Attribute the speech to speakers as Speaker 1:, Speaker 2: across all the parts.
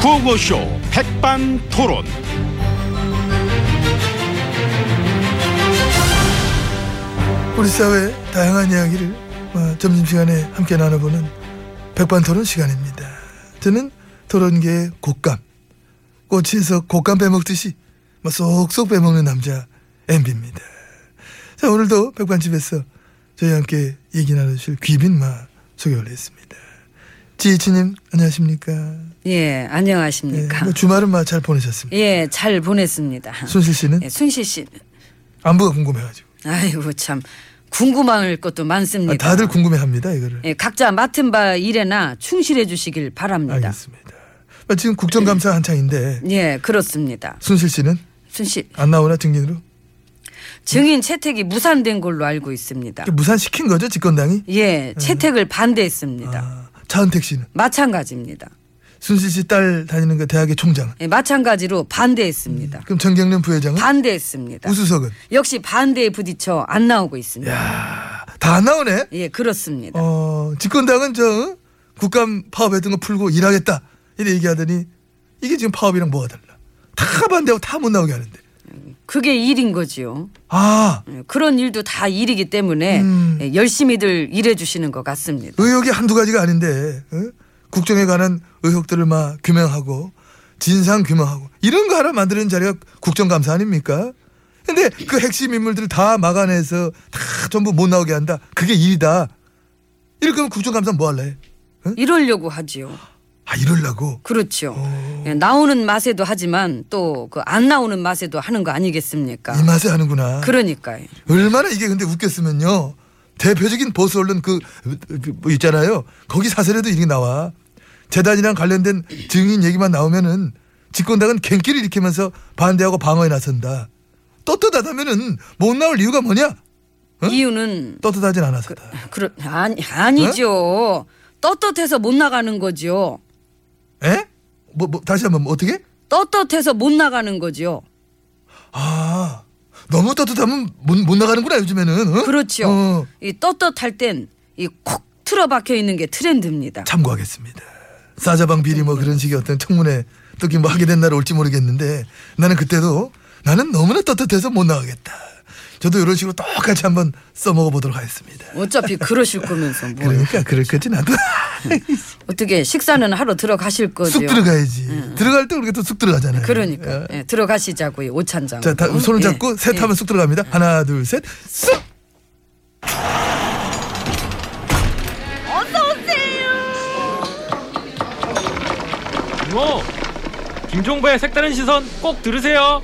Speaker 1: 구호쇼 백반토론.
Speaker 2: 우리 사회의 다양한 이야기를 어, 점심시간에 함께 나눠보는 백반토론 시간입니다. 저는 토론계의 곶감, 꼬치에서 곶감 빼먹듯이 뭐 쏙쏙 빼먹는 남자 MB입니다. 자 오늘도 백반집에서 저희와 함께 얘기 나누실 귀빈마 소개 올렸습니다. 지혜치님 안녕하십니까?
Speaker 3: 예,
Speaker 2: 예,
Speaker 3: 안녕하십니까.
Speaker 2: 뭐 주말은 마 잘 보내셨습니까?
Speaker 3: 예, 잘 보냈습니다.
Speaker 2: 손실 씨는
Speaker 3: 예, 순실 씨,
Speaker 2: 안부가 궁금해가지고
Speaker 3: 아이고 참 궁금할 것도 많습니다.
Speaker 2: 아, 다들 궁금해합니다 이거를.
Speaker 3: 예, 각자 맡은 바 일에나 충실해 주시길 바랍니다.
Speaker 2: 알겠습니다. 아, 지금 국정감사 한창인데
Speaker 3: 예, 그렇습니다.
Speaker 2: 순실 씨는
Speaker 3: 순실
Speaker 2: 안 나오나 증인으로
Speaker 3: 아. 증인 채택이 무산된 걸로 알고 있습니다.
Speaker 2: 무산 시킨 거죠 집권당이?
Speaker 3: 예, 채택을 반대했습니다.
Speaker 2: 아, 차은택 씨는
Speaker 3: 마찬가지입니다.
Speaker 2: 순실 씨 딸 다니는 그 대학의 총장.
Speaker 3: 예, 마찬가지로 반대했습니다.
Speaker 2: 그럼 정경련 부회장은
Speaker 3: 반대했습니다.
Speaker 2: 우수석은
Speaker 3: 역시 반대에 부딪혀 안 나오고 있습니다.
Speaker 2: 다 안 나오네.
Speaker 3: 예, 그렇습니다.
Speaker 2: 어 집권당은 저 어? 국감 파업했던 거 풀고 일하겠다 이래 얘기하더니 이게 지금 파업이랑 뭐가 달라? 다 반대하고 다 못 나오게 하는데.
Speaker 3: 그게 일인 거지요.
Speaker 2: 아
Speaker 3: 예, 그런 일도 다 일이기 때문에
Speaker 2: 음.
Speaker 3: 예, 열심히들 일해 주시는 것 같습니다.
Speaker 2: 의혹이 한두 가지가 아닌데 어? 국정에 관한 의혹들을 막 규명하고 진상 규명하고 이런 거 하나 만드는 자리가 국정감사 아닙니까? 근데 그 핵심 인물들을 다 막아내서 다 전부 못 나오게 한다. 그게 일이다. 이렇게 하면 국정감사 뭐 할래?
Speaker 3: 이러려고 하지요.
Speaker 2: 아 이럴라고?
Speaker 3: 그렇죠.
Speaker 2: 어.
Speaker 3: 예, 나오는 맛에도 하지만 또 그 안 나오는 맛에도 하는 거 아니겠습니까?
Speaker 2: 이 맛에 하는구나.
Speaker 3: 그렇죠. 그러니까요.
Speaker 2: 얼마나 이게 근데 웃겼으면요. 대표적인 보수 언론 그, 그뭐 있잖아요. 거기 사설에도 이게 나와. 재단이랑 관련된 증인 얘기만 나오면은 집권당은 갱기를 일으키면서 반대하고 방어에 나선다. 떳떳하다면은 못 나올 이유가 뭐냐? 응?
Speaker 3: 이유는
Speaker 2: 떳떳하진 않아서다.
Speaker 3: 그러, 아니,
Speaker 2: 어?
Speaker 3: 아니죠. 떳떳해서 못 나가는 거지요.
Speaker 2: 에? 뭐, 뭐 다시 한번 뭐 어떻게?
Speaker 3: 떳떳해서 못 나가는 거지요.
Speaker 2: 어? 아 너무 떳떳하면 못, 못 나가는구나 요즘에는. 응?
Speaker 3: 그렇죠.
Speaker 2: 어,
Speaker 3: 이 떳떳할 땐 이 콕 틀어박혀 있는 게 트렌드입니다.
Speaker 2: 참고하겠습니다. 사자방 비리 뭐 그런 식의 어떤 청문회 특히 뭐 하게 된 날 올지 모르겠는데 나는 그때도 나는 너무나 떳떳해서 못 나가겠다. 저도 이런 식으로 똑같이 한번 써먹어 보도록 하겠습니다.
Speaker 3: 어차피 그러실 거면서 뭐
Speaker 2: 그러니까 그럴 거지 나도
Speaker 3: 그렇죠. 어떻게 식사는 하러 들어가실 거죠?
Speaker 2: 쑥 들어가야지. 들어갈 때 우리가 또 쑥 들어가잖아요.
Speaker 3: 그러니까 예, 들어가시자고요 예, 오찬장.
Speaker 2: 자, 다 손을 잡고 셋 하면 쑥 들어갑니다. 하나, 둘, 셋, 쑥.
Speaker 3: 예.
Speaker 4: 뭐 김종배의 색다른 시선 꼭 들으세요.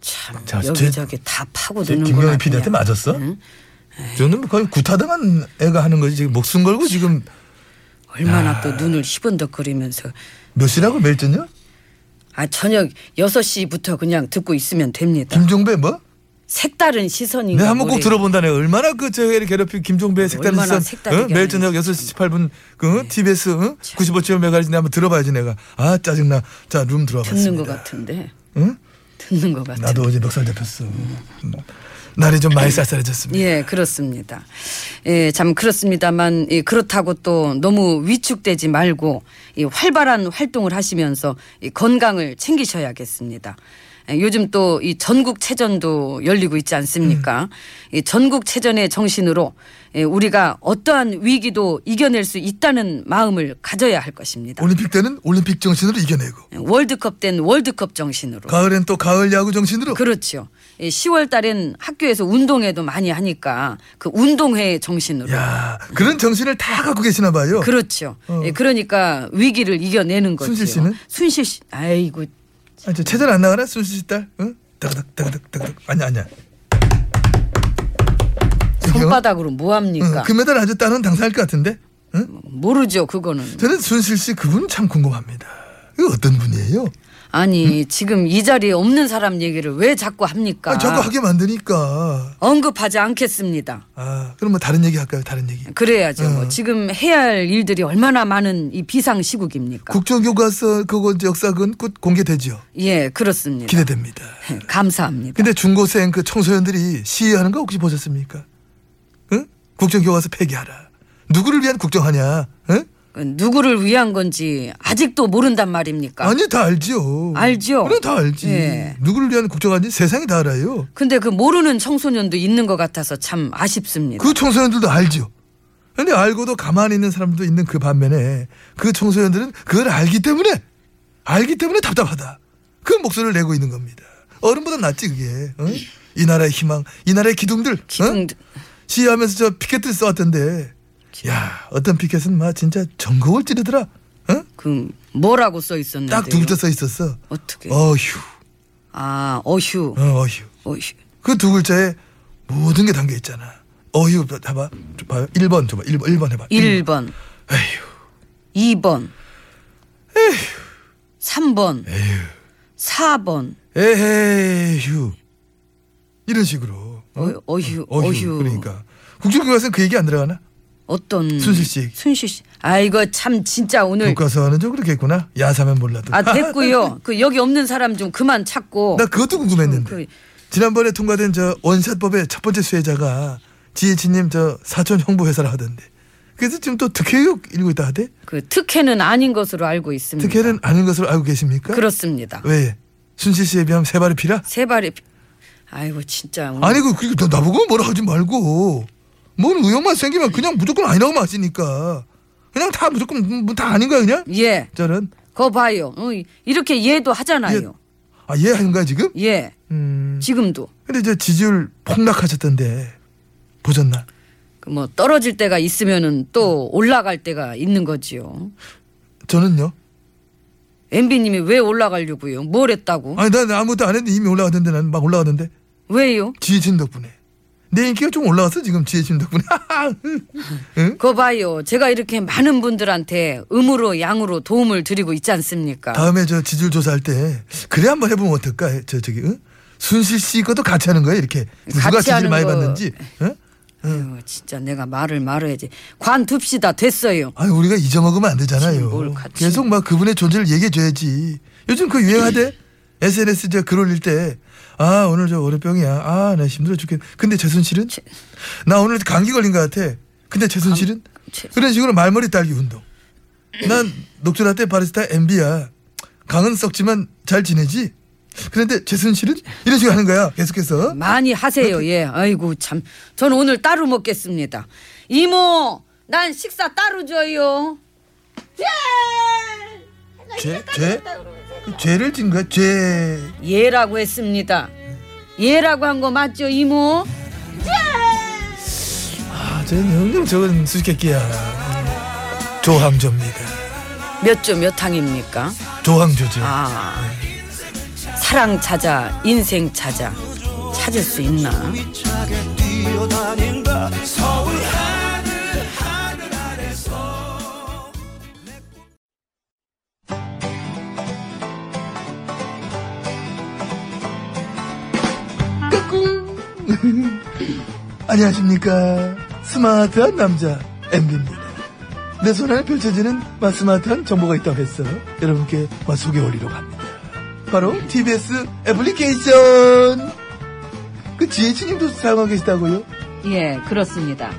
Speaker 3: 참
Speaker 2: 자,
Speaker 3: 여기저기 다 파고드는 거야. 예.
Speaker 2: 김경희 PD한테 맞았어? 저는 거의 구타당한 애가 하는 거지 지금 목숨 걸고 지금
Speaker 3: 얼마나 또 눈을 희번덕거리면서
Speaker 2: 몇 시라고 매일 저녁?
Speaker 3: 아 저녁 6시부터 그냥 듣고 있으면 됩니다.
Speaker 2: 김종배 뭐?
Speaker 3: 색다른 시선인가
Speaker 2: 내가 한번 꼭
Speaker 3: 뭐래요.
Speaker 2: 들어본다네. 얼마나 그 저희를 괴롭힌 김종배의 색다른
Speaker 3: 얼마나
Speaker 2: 시선
Speaker 3: 색다르게
Speaker 2: 어? 매일
Speaker 3: 하는지. 네.
Speaker 2: 저녁 6시 18분 그 TBS 95.1MHz 내가 한번 들어봐야지 내가. 아 짜증나. 자 룸 들어와
Speaker 3: 듣는 것
Speaker 2: 봤습니다.
Speaker 3: 같은데.
Speaker 2: 응?
Speaker 3: 듣는 것 같아.
Speaker 2: 나도 어제 멱살 잡혔어. 음. 날이 좀 많이 쌀쌀해졌습니다.
Speaker 3: 예, 그렇습니다. 예, 참 그렇습니다만 예, 그렇다고 또 너무 위축되지 말고 이 활발한 활동을 하시면서 이 건강을 챙기셔야겠습니다. 예, 요즘 또 이 전국 체전도 열리고 있지 않습니까? 이 전국 체전의 정신으로 예, 우리가 어떠한 위기도 이겨낼 수 있다는 마음을 가져야 할 것입니다.
Speaker 2: 올림픽 때는 올림픽 정신으로 이겨내고
Speaker 3: 예, 월드컵 된 월드컵 정신으로.
Speaker 2: 가을엔 또 가을 야구 정신으로
Speaker 3: 그렇죠. 10월 달엔 학교에서 운동회도 많이 하니까 그 운동회 정신으로.
Speaker 2: 야 그런 정신을 다 갖고 계시나 봐요.
Speaker 3: 그렇죠. 예, 그러니까 위기를 이겨내는 거죠.
Speaker 2: 어. 순실 씨는?
Speaker 3: 순실 씨, 아이고
Speaker 2: 아, 저 체전 안 나가나 순수 씨 딸? 응? 따가닥 따가닥 따가닥 아니야 아니야.
Speaker 3: 손바닥으로 뭐
Speaker 2: 응, 그
Speaker 3: 합니까?
Speaker 2: 금메달 아주 딸은 당사할 것 같은데. 응?
Speaker 3: 모르죠, 그거는.
Speaker 2: 저는 순실 씨 그분 참 궁금합니다. 이 어떤 분이에요?
Speaker 3: 아니 지금 이 자리에 없는 사람 얘기를 왜 자꾸 합니까?
Speaker 2: 아, 자꾸 하게 만드니까.
Speaker 3: 언급하지 않겠습니다.
Speaker 2: 아, 그럼 뭐 다른 얘기 할까요? 다른 얘기.
Speaker 3: 그래야죠.
Speaker 2: 어.
Speaker 3: 뭐 지금 해야 할 일들이 얼마나 많은 이 비상 시국입니까?
Speaker 2: 국정교과서 그거 이제 역사 그건 곧 공개되지요.
Speaker 3: 예, 그렇습니다. 예,
Speaker 2: 기대됩니다.
Speaker 3: 감사합니다.
Speaker 2: 근데 중고생 그 청소년들이 시위하는 거 혹시 보셨습니까? 응? 국정교과서 폐기하라. 누구를 위한 국정하냐? 응?
Speaker 3: 그 누구를 위한 건지 아직도 모른단 말입니까?
Speaker 2: 아니 다 알지요.
Speaker 3: 알죠?
Speaker 2: 그래 다 알지.
Speaker 3: 예.
Speaker 2: 누구를 위한 국정화인지 세상이 다 알아요.
Speaker 3: 근데 그 모르는 청소년도 있는 것 같아서 참 아쉽습니다.
Speaker 2: 그 청소년들도 알지요. 근데 알고도 가만히 있는 사람도 있는 그 반면에 그 청소년들은 그걸 알기 때문에 알기 때문에 답답하다. 그 목소리를 내고 있는 겁니다. 어른보다 낫지 그게. 응? 이 나라의 희망, 이 나라의 기둥들. 응?
Speaker 3: 기둥들.
Speaker 2: 시위하면서 저 피켓들 써왔던데. 야, 어떤 피켓은 막 진짜 전국을 찌르더라. 응?
Speaker 3: 그 뭐라고 써 있었는데요?
Speaker 2: 딱두 글자 써 있었어.
Speaker 3: 어떻게?
Speaker 2: 어휴,
Speaker 3: 아 어휴,
Speaker 2: 어, 어휴.
Speaker 3: 어휴.
Speaker 2: 그 두 글자에 모든 게 담겨 있잖아. 어휴, 봐봐. 좀 봐요. 1번 줘봐. 1번, 1번 해봐.
Speaker 3: 1번,
Speaker 2: 에휴,
Speaker 3: 2번, 3번, 4번,
Speaker 2: 에휴. 이런 식으로. 어?
Speaker 3: 어, 어휴,
Speaker 2: 어휴,
Speaker 3: 어휴.
Speaker 2: 그러니까. 국정교과서는 그 얘기 안 들어가나?
Speaker 3: 어떤
Speaker 2: 순실 씨. 그러니까.
Speaker 3: 순실 씨. 아이고 참 진짜 오늘
Speaker 2: 교과서는 좀 그렇게 했구나. 야사면 몰라도.
Speaker 3: 네. 아 됐고요. 그 여기 없는 사람 좀 그만 찾고.
Speaker 2: 나 그것도 궁금했는데.
Speaker 3: 그-
Speaker 2: 지난번에 통과된 저 원샷법의 첫 번째 수혜자가 지혜진님 저 사촌 형부 회사라 하던데. 그래서 지금 또 특혜욕 일고 있다 하대?
Speaker 3: 그 특혜는 아닌 것으로 알고 있습니다.
Speaker 2: 특혜는 아닌 것으로 알고 계십니까?
Speaker 3: 음. 그렇습니다.
Speaker 2: 왜? 순실 씨에 비하면 세 발의 피라?
Speaker 3: 세 발에 비- 아이고 진짜 오늘
Speaker 2: 아니 그, 그 나- 나보고 뭐라 하지 말고 뭔 의혹만 생기면 그냥 무조건 아니라고 마시니까 그냥 다 무조건 음, 뭐다 아닌 거야 그냥?
Speaker 3: 예.
Speaker 2: 저런
Speaker 3: 거 봐요. 어, 이렇게 얘도 하잖아요.
Speaker 2: 아예 하는 거야 지금?
Speaker 3: 예.
Speaker 2: 음
Speaker 3: 지금도
Speaker 2: 근데 저 지지율 폭락하셨던데 보셨나?
Speaker 3: 그뭐 떨어질 때가 있으면은 또 올라갈 때가 있는 거지요.
Speaker 2: 저는요?
Speaker 3: MB님이 왜 올라가려고요? 뭘 했다고?
Speaker 2: 아니 난 아무것도 안 했는데 이미 올라가던데 난 막 올라가던데
Speaker 3: 왜요?
Speaker 2: 지혜진 덕분에 내 인기가 좀 올라왔어 지금 지혜진 덕분에 응?
Speaker 3: 거 봐요. 제가 이렇게 많은 분들한테 음으로 양으로 도움을 드리고 있지 않습니까?
Speaker 2: 다음에 저 지지율 조사할 때 그래 한번 해보면 어떨까? 저 저기 응? 순실 씨 것도 같이 하는 거야 이렇게 누가
Speaker 3: 같이
Speaker 2: 지지를
Speaker 3: 하는
Speaker 2: 많이
Speaker 3: 거-
Speaker 2: 받는지? 응?
Speaker 3: 아유, 진짜 내가 말을 말아야지. 관둡시다 됐어요.
Speaker 2: 아니 우리가 잊어먹으면 안
Speaker 3: 지금 뭘
Speaker 2: 되잖아요.
Speaker 3: 같이-
Speaker 2: 계속 막 그분의 존재를 얘기해줘야지. 요즘 그
Speaker 3: 예.
Speaker 2: 유행하대. SNS 저 글 올릴 때. 아 오늘 저 월요병이야. 아 나 힘들어 죽겠. 근데 재순 씨는 나 오늘 감기 걸린 것 같아. 근데 재순 씨는
Speaker 3: 제-
Speaker 2: 그런 식으로 말머리 딸기 운동. 난 녹조라떼 바리스타 MB야. 강은 썩지만 잘 지내지. 그런데 재순 씨는 이런 식으로 하는 거야. 계속해서.
Speaker 3: 많이 하세요. 예. 아이고 참. 저는 오늘 따로 먹겠습니다. 이모, 난 식사 따로 줘요. 예!
Speaker 2: 죄 죄. 그 죄를 진 거야. 죄.
Speaker 3: 예라고 했습니다. 예라고 한 거 맞죠, 이모?
Speaker 2: 아, 저는 형님 저건 수수께끼야. 조항조입니다.
Speaker 3: 몇 조 몇 항입니까?
Speaker 2: 조항조죠.
Speaker 3: 아. 사랑 찾아, 인생 찾아. 찾을 수 있나?
Speaker 2: 안녕하십니까. 스마트한 남자 MB입니다. 내 손안에 펼쳐지는 마, 스마트한 정보가 있다고 해서 여러분께 마, 소개해드리려고 합니다. 바로 TBS 애플리케이션. 그 지혜진님도 사용하고 계시다고요?
Speaker 3: 예, 그렇습니다.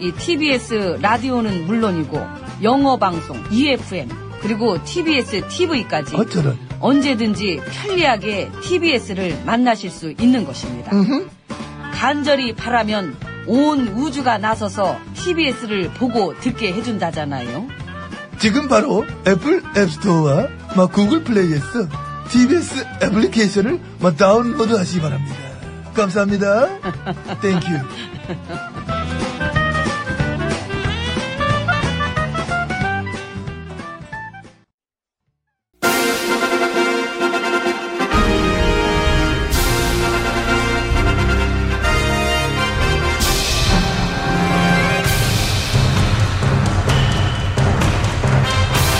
Speaker 3: 이 TBS 라디오는 물론이고 영어 방송, EFM, 그리고 TBS TV까지
Speaker 2: 어쩌면
Speaker 3: 언제든지 편리하게 TBS를 만나실 수 있는 것입니다. 간절히 바라면 온 우주가 나서서 TBS를 보고 듣게 해준다잖아요.
Speaker 2: 지금 바로 애플 앱스토어와 마, 구글 플레이에서 TBS 애플리케이션을 마, 다운로드 하시기 바랍니다. 감사합니다. 땡큐.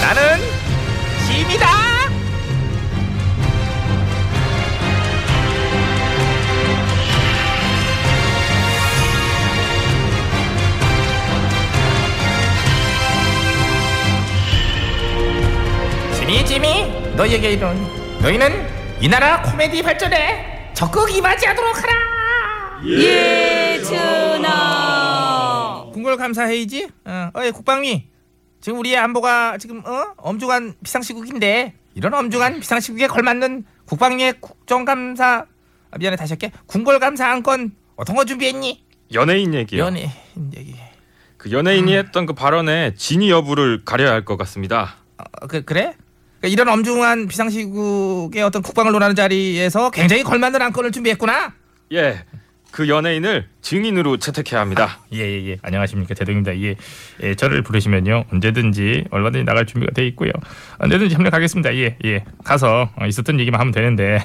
Speaker 1: 나는 짐이다.
Speaker 5: 지미 지미 너희에게 이런 너희는 이 나라 코미디 발전에 적극 이바지하도록 하라
Speaker 3: 예준아
Speaker 5: 궁궐 감사회의지? 어, 어이 국방위 지금 우리의 안보가 지금 어? 엄중한 비상시국인데 이런 엄중한 비상시국에 걸맞는 국방위의 국정감사 아, 미안해 다시 할게 궁궐감사 안건 어떤 거 준비했니?
Speaker 6: 연예인 얘기요.
Speaker 5: 연예인 음. 얘기
Speaker 6: 그 연예인이 했던 그 발언에 진위 여부를 가려야 할 것 같습니다.
Speaker 5: 어, 그, 그래? 그러니까 이런 엄중한 비상시국의 어떤 국방을 논하는 자리에서 굉장히 걸맞는 안건을 준비했구나
Speaker 6: 예, 그 연예인을 증인으로 채택해야 합니다.
Speaker 7: 예예예 안녕하십니까 대동입니다 예, 예 저를 부르시면요 언제든지 얼마든지 나갈 준비가 돼 있고요 언제든지 협력하겠습니다 예예 가서 어, 있었던 얘기만 하면 되는데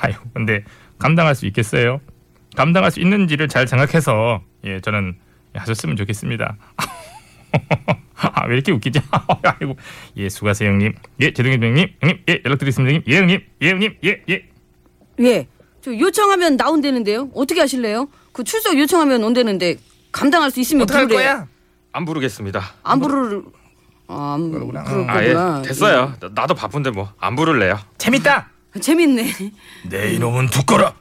Speaker 7: 아유 근데 감당할 수 있겠어요 감당할 수 있는지를 잘 생각해서 예 저는 하셨으면 좋겠습니다 아, 왜 이렇게 웃기지 아이고 예 수고하세요 형님 예 대동이 형님 형님 예 연락드리겠습니다 형님 예 형님 예 형님 예예
Speaker 3: 예. 저 요청하면 나온다는데요. 어떻게 하실래요? 그 출석 요청하면 온다는데 감당할 수 있으면
Speaker 5: 어떡할
Speaker 3: 부르래요.
Speaker 5: 거야?
Speaker 6: 안 부르겠습니다.
Speaker 3: 안 부를 아, 안 부를 거구나.
Speaker 6: 아, 예, 됐어요. 나- 나도 바쁜데 뭐 안 부를래요.
Speaker 5: 재밌다
Speaker 3: 예. 재밌네.
Speaker 8: 내 이놈은 두꺼라.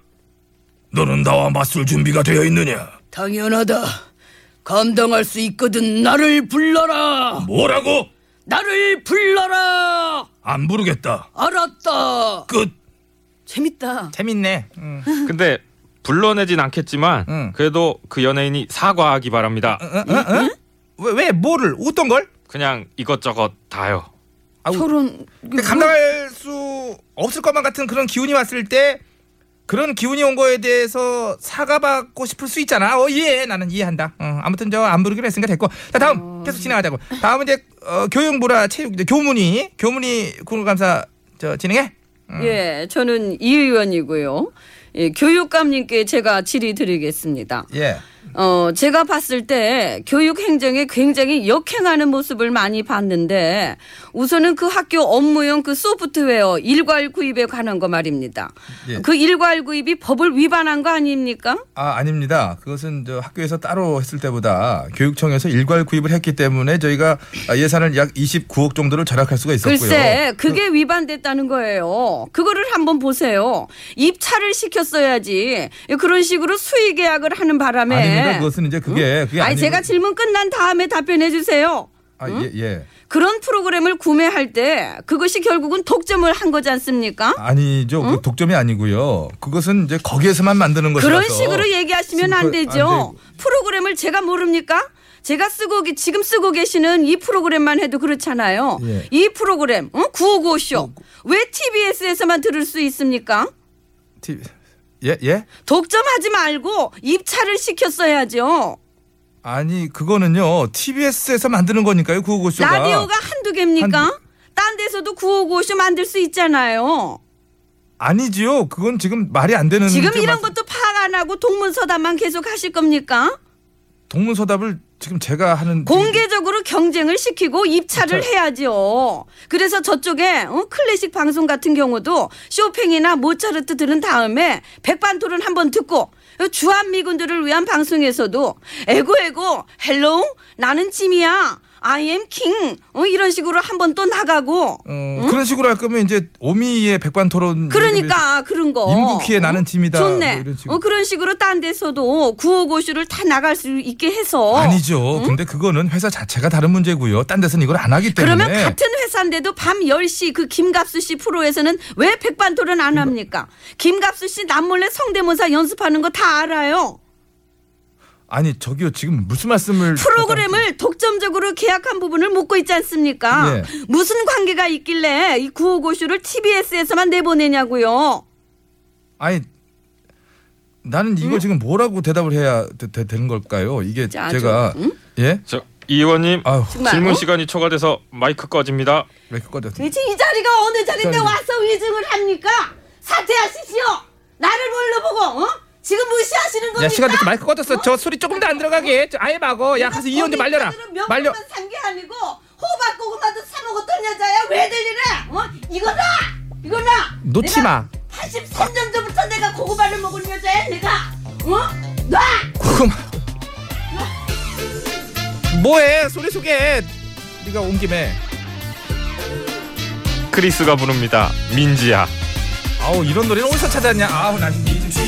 Speaker 8: 너는 나와 맞설 준비가 되어 있느냐?
Speaker 3: 당연하다. 감당할 수 있거든 나를 불러라.
Speaker 8: 뭐라고?
Speaker 3: 나를 불러라.
Speaker 8: 안 부르겠다.
Speaker 3: 알았다.
Speaker 8: 끝.
Speaker 3: 재밌다.
Speaker 5: 재밌네 음. 응.
Speaker 6: 근데 불러내진 않겠지만
Speaker 5: 응.
Speaker 6: 그래도 그 연예인이 사과하기 바랍니다.
Speaker 5: 음, 왜, 왜 뭐를 어떤 걸?
Speaker 6: 그냥 이것저것 다요.
Speaker 5: 아우,
Speaker 3: 저런
Speaker 5: 근데 감당할 수 없을 것만 같은 그런 기운이 왔을 때 그런 기운이 온 거에 대해서 사과받고 싶을 수 있잖아. 어, 이해. 나는 이해한다. 어, 아무튼 저 안 부르기로 했으니까 됐고. 자, 다음
Speaker 3: 어.
Speaker 5: 계속 진행하자고. 다음은 이제 어, 교육부라 체육 이제 교문위 교문위 국무감사 저 진행해.
Speaker 3: 예, 저는 이 의원이고요. 예, 교육감님께 제가 질의 드리겠습니다.
Speaker 5: 예.
Speaker 3: 어, 제가 봤을 때 교육 행정에 굉장히 역행하는 모습을 많이 봤는데 우선은 그 학교 업무용 그 소프트웨어 일괄 구입에 관한 거 말입니다.
Speaker 5: 예.
Speaker 3: 그 일괄 구입이 법을 위반한 거 아닙니까?
Speaker 5: 아, 아닙니다. 그것은 저 학교에서 따로 했을 때보다 교육청에서 일괄 구입을 했기 때문에 저희가 예산을 약 29억 정도를 절약할 수가
Speaker 3: 글쎄, 그게 위반됐다는 거예요. 그거를 한번 보세요. 입찰을 시켰어야지. 그런 식으로 수의 계약을 하는 바람에
Speaker 5: 아닙니다. 그것은 이제 그게- 그게
Speaker 3: 네. 아니
Speaker 5: 아니-
Speaker 3: 제가 질문 끝난 다음에 답변해 주세요.
Speaker 5: 아, 예, 예.
Speaker 3: 그런 프로그램을 구매할 때 그것이 결국은 독점을 한 거지 않습니까?
Speaker 5: 아니죠. 그 독점이 아니고요. 그것은 이제 거기에서만 만드는 것이라서.
Speaker 3: 그런 식으로 예. 얘기하시면 안
Speaker 5: 안
Speaker 3: 되죠. 프로그램을 제가 모릅니까? 제가 쓰고 계- 지금 쓰고 계시는 이 프로그램만 해도 그렇잖아요.
Speaker 5: 예.
Speaker 3: 이 프로그램 어? 9595쇼 왜 TBS에서만 들을 수 있습니까?
Speaker 5: 티- 예, 예?
Speaker 3: 독점하지 말고 입찰을 시켰어야죠.
Speaker 5: 아니, 그거는요. TBS에서 만드는 거니까요. 구호고쇼가.
Speaker 3: 라디오가 한두 개입니까? 딴 데서도 9595쇼 만들 수 있잖아요.
Speaker 5: 아니지요. 그건 지금 말이 안 되는
Speaker 3: 지금
Speaker 5: 좀
Speaker 3: 음, 이런
Speaker 5: 말-
Speaker 3: 것도 파악 안 하고 동문서답만 계속 하실 겁니까?
Speaker 5: 동문서답을 지금 제가 하는
Speaker 3: 공개적으로 경쟁을 시키고 입찰을 해야죠. 그래서 저쪽에 어, 클래식 방송 같은 경우도 쇼팽이나 모차르트 들은 다음에 백반토론 한번 듣고 주한미군들을 위한 방송에서도 에고에고 헬로우 나는 짐이야 I am king 어, 이런 식으로 한번 또 나가고
Speaker 5: 어, 그런 식으로 할 거면 이제 오미의 백반 토론
Speaker 3: 그러니까 그런 거
Speaker 5: 임국희의 나는 짐이다.
Speaker 3: 좋네.
Speaker 5: 뭐 이런 식으로.
Speaker 3: 어, 그런 식으로 딴 데서도 구호고쇼를 다 나갈 수 있게 해서
Speaker 5: 아니죠. 근데 그거는 회사 자체가 다른 문제고요. 딴 데서는 이걸 안 하기 때문에.
Speaker 3: 그러면 같은 회사인데도 밤 10시 그 김갑수 씨 프로에서는 왜 백반토론 안 합니까? 김갑수 씨 남몰래 성대모사 연습하는 거 다 알아요.
Speaker 5: 아니, 저기요. 지금 무슨 말씀을
Speaker 3: 프로그램을 독점적으로 계약한 부분을 묻고 있지 않습니까?
Speaker 5: 예.
Speaker 3: 무슨 관계가 있길래 이 구호고쇼를 TBS에서만 내보내냐고요.
Speaker 5: 아니 나는 이거 지금 뭐라고 대답을 해야 되, 되, 되는 걸까요? 이게
Speaker 3: 자,
Speaker 5: 제가
Speaker 3: 좀,
Speaker 5: 예?
Speaker 6: 저 이 의원님
Speaker 5: 아유,
Speaker 3: 정말,
Speaker 6: 질문
Speaker 3: 어?
Speaker 6: 시간이 초과돼서 마이크 꺼집니다.
Speaker 5: 왜 이렇게 꺼졌어?
Speaker 3: 대체 이 자리가 어느 자리인데
Speaker 5: 저기.
Speaker 3: 와서 위증을 합니까? 사퇴하십시오. 나를 뭘로 보고 어? 지금 무시하시는 겁니까?
Speaker 5: 야 시간 됐어 마이크 꺼졌어 저 소리 조금도 안 들어가게 저 아예 막어 야 가서 이혼 좀 말려라 말려
Speaker 9: 말려. 산게 아니고 호박 고구마도 사 먹었던 여자야. 왜 들리래? 어? 이거다. 이거다.
Speaker 5: 놓지 마
Speaker 9: 83년 전부터 내가 고구마를 먹은 여자야. 내가. 어? 놔.
Speaker 5: 고구마 뭐해 소리 소개 네가 온 김에
Speaker 6: 크리스가 부릅니다. 민지야.
Speaker 5: 아우 이런 노래는 어디서 찾았냐 아우 나 지금 이집